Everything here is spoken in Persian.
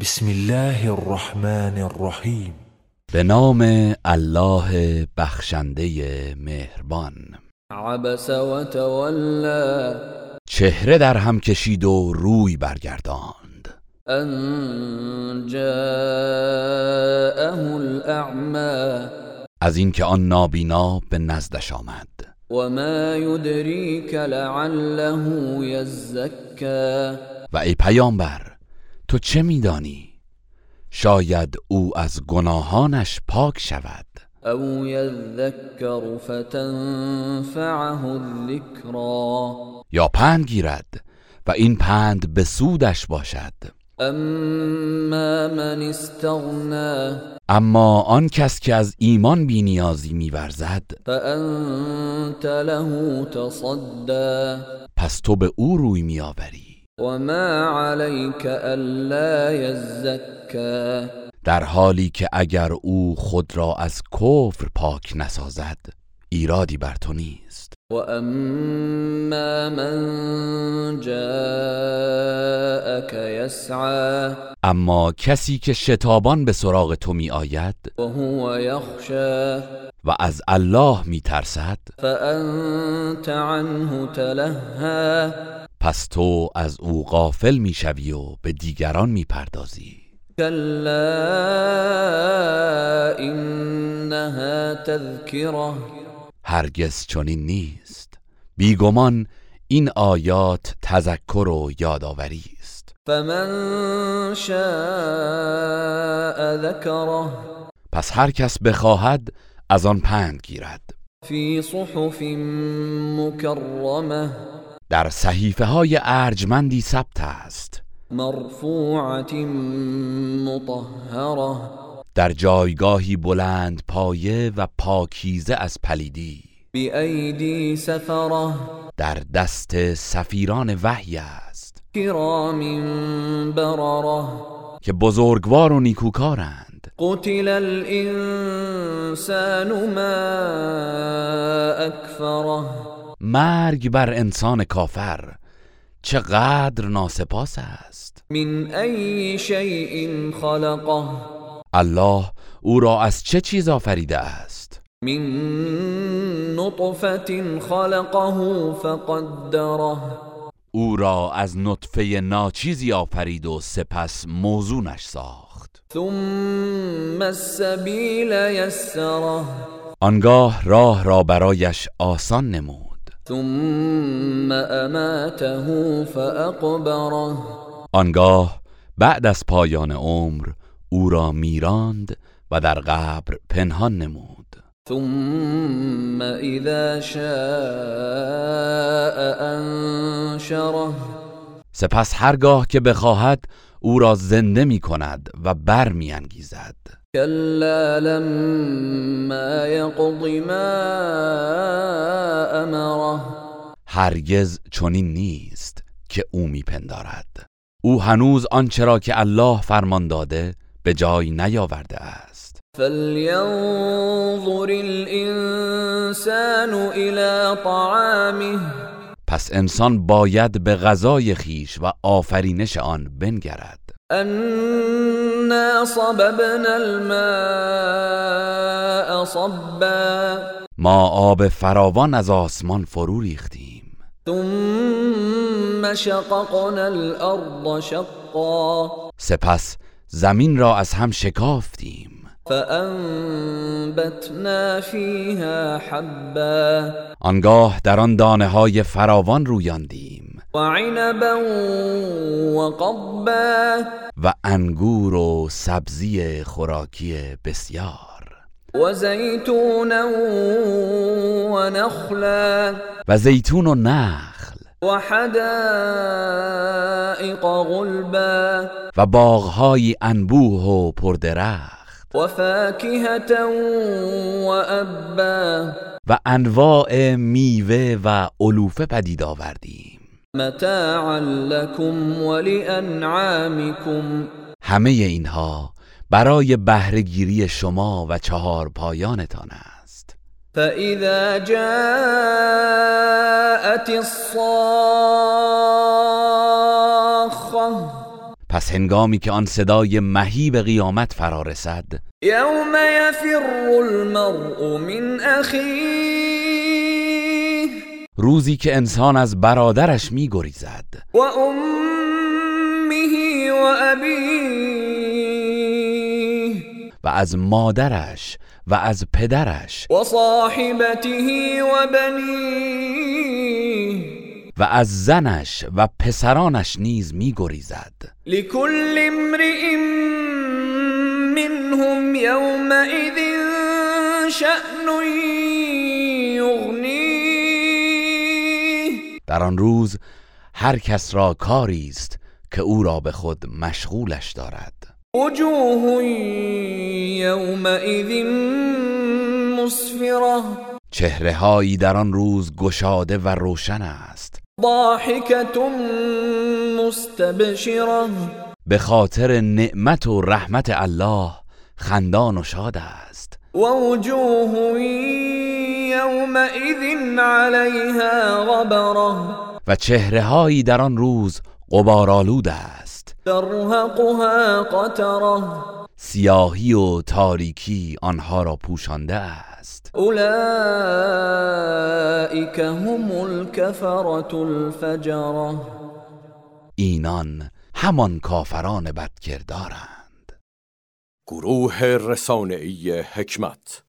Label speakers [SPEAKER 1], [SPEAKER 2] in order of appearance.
[SPEAKER 1] بسم الله الرحمن الرحیم
[SPEAKER 2] به نام الله بخشنده مهربان
[SPEAKER 3] عبس وتولى
[SPEAKER 2] چهره در هم کشید و روی برگرداند
[SPEAKER 3] أن جاءه الأعمى
[SPEAKER 2] از اینکه آن نابینا به نزدش آمد
[SPEAKER 3] وما يدريك لعله يزكى
[SPEAKER 2] و ای پیامبر تو چه میدانی شاید او از گناهانش پاک شود
[SPEAKER 3] أو يذكر فتنفعه الذكرى
[SPEAKER 2] یا پند گیرد و این پند به سودش باشد
[SPEAKER 3] أما من استغنى
[SPEAKER 2] اما آن کس که از ایمان بینیازی میورزد
[SPEAKER 3] فأنت له تصدى
[SPEAKER 2] پس تو به او روی میآوری
[SPEAKER 3] وما عليك ألا يزكى
[SPEAKER 2] در حالی که اگر او خود را از کفر پاک نسازد ایرادی بر تو نیست
[SPEAKER 3] واما من جاءك يسعى
[SPEAKER 2] اما کسی که شتابان به سراغ تو می آید
[SPEAKER 3] وهو يخشى
[SPEAKER 2] و از الله می ترسد
[SPEAKER 3] فانت عنه تلهى
[SPEAKER 2] پس تو از او غافل می شوی و به دیگران می پردازی
[SPEAKER 3] كلا انها تذكره
[SPEAKER 2] هرگز چنین نیست بیگمان این آیات تذکر و یادآوری است
[SPEAKER 3] فمن شاء ذكره
[SPEAKER 2] پس هر کس بخواهد از آن پند گیرد
[SPEAKER 3] في صحف مكرمه
[SPEAKER 2] در صحیفه های ارجمندی ثبت است
[SPEAKER 3] مرفوعة مطهرة
[SPEAKER 2] در جایگاهی بلند پایه و پاکیزه از پلیدی
[SPEAKER 3] بأيدي سفرة
[SPEAKER 2] در دست سفیران وحی است
[SPEAKER 3] كرام بررة
[SPEAKER 2] که بزرگوار و نیکوکارند
[SPEAKER 3] قتل الإنسان ما أكفره
[SPEAKER 2] مرگ بر انسان کافر چقدر ناسپاس است
[SPEAKER 3] من أي شيء خلقه
[SPEAKER 2] الله او را از چه چیز آفریده است
[SPEAKER 3] من نطفة خلقه فقدره
[SPEAKER 2] او را از نطفه ناچیزی آفرید و سپس موزونش ساخت
[SPEAKER 3] ثم السبيل يسره
[SPEAKER 2] آنگاه راه را برایش آسان نمود
[SPEAKER 3] ثم اماته فاقبره
[SPEAKER 2] آنگاه بعد از پایان عمر او را میراند و در قبر پنهان نمود
[SPEAKER 3] ثم اذا شاء انشره
[SPEAKER 2] سپس هرگاه که بخواهد او را زنده می کند و بر می انگیزد.
[SPEAKER 3] كلا لما يقض ما امره
[SPEAKER 2] هرگز چنین نیست که او میپندارد او هنوز آنچه را که الله فرمان داده به جای نیاورده است
[SPEAKER 3] فلينظر الانسان الى طعامه
[SPEAKER 2] پس انسان باید به غذای خیش و آفرینش آن بنگرد
[SPEAKER 3] أنا صببنا الماء صبا
[SPEAKER 2] ما آب فراوان از آسمان فرو ریختیم
[SPEAKER 3] ثم شققنا الأرض شقا
[SPEAKER 2] سپس زمین را از هم شکافتیم
[SPEAKER 3] فأنبتنا فيها حبا
[SPEAKER 2] آنگاه در آن دانه های فراوان رویاندیم
[SPEAKER 3] وعنبا وقبا
[SPEAKER 2] و انگور و سبزی خوراکی بسیار
[SPEAKER 3] وزيتونا ونخلا
[SPEAKER 2] و زیتون و نخل
[SPEAKER 3] وحدائق غلبا
[SPEAKER 2] و باغهایی انبوه و پردرخت
[SPEAKER 3] وفاكهة وأبا
[SPEAKER 2] و انواع میوه و علوفه پدید آوردیم
[SPEAKER 3] متاعا لكم ولأنعامكم
[SPEAKER 2] همه اینها برای بهرهگیری شما و چهار پایانتان است
[SPEAKER 3] فإذا جاءت الصاخة
[SPEAKER 2] پس هنگامی که آن صدای مهیب قیامت فرا رسد
[SPEAKER 3] يوم يفر المرء من اخيه
[SPEAKER 2] روزی که انسان از برادرش میگریزد
[SPEAKER 3] وامه وابيه
[SPEAKER 2] و از مادرش و از پدرش
[SPEAKER 3] وصاحبته وبنيه
[SPEAKER 2] و از زنش و پسرانش نیز میگریزد
[SPEAKER 3] لكل امرئ منهم يومئذ شأن يغنيه
[SPEAKER 2] در آن روز هر کس را کاری است که او را به خود مشغولش دارد
[SPEAKER 3] وجوه يومئذ مسفرة
[SPEAKER 2] چهره هایی در آن روز گشاده و روشن است
[SPEAKER 3] ضاحكة مستبشرة
[SPEAKER 2] به خاطر نعمت و رحمت الله خندان و شاد است
[SPEAKER 3] ووجوه يومئذ عليها غبرة
[SPEAKER 2] و چهره هایی در آن روز غبارآلود است
[SPEAKER 3] ترهقها قترة
[SPEAKER 2] سیاهی و تاریکی آنها را پوشانده است
[SPEAKER 3] أولئك هم الكفرة الفجرة
[SPEAKER 2] اینان همان کافران بدکردارند
[SPEAKER 4] گروه رسانه‌ای حکمت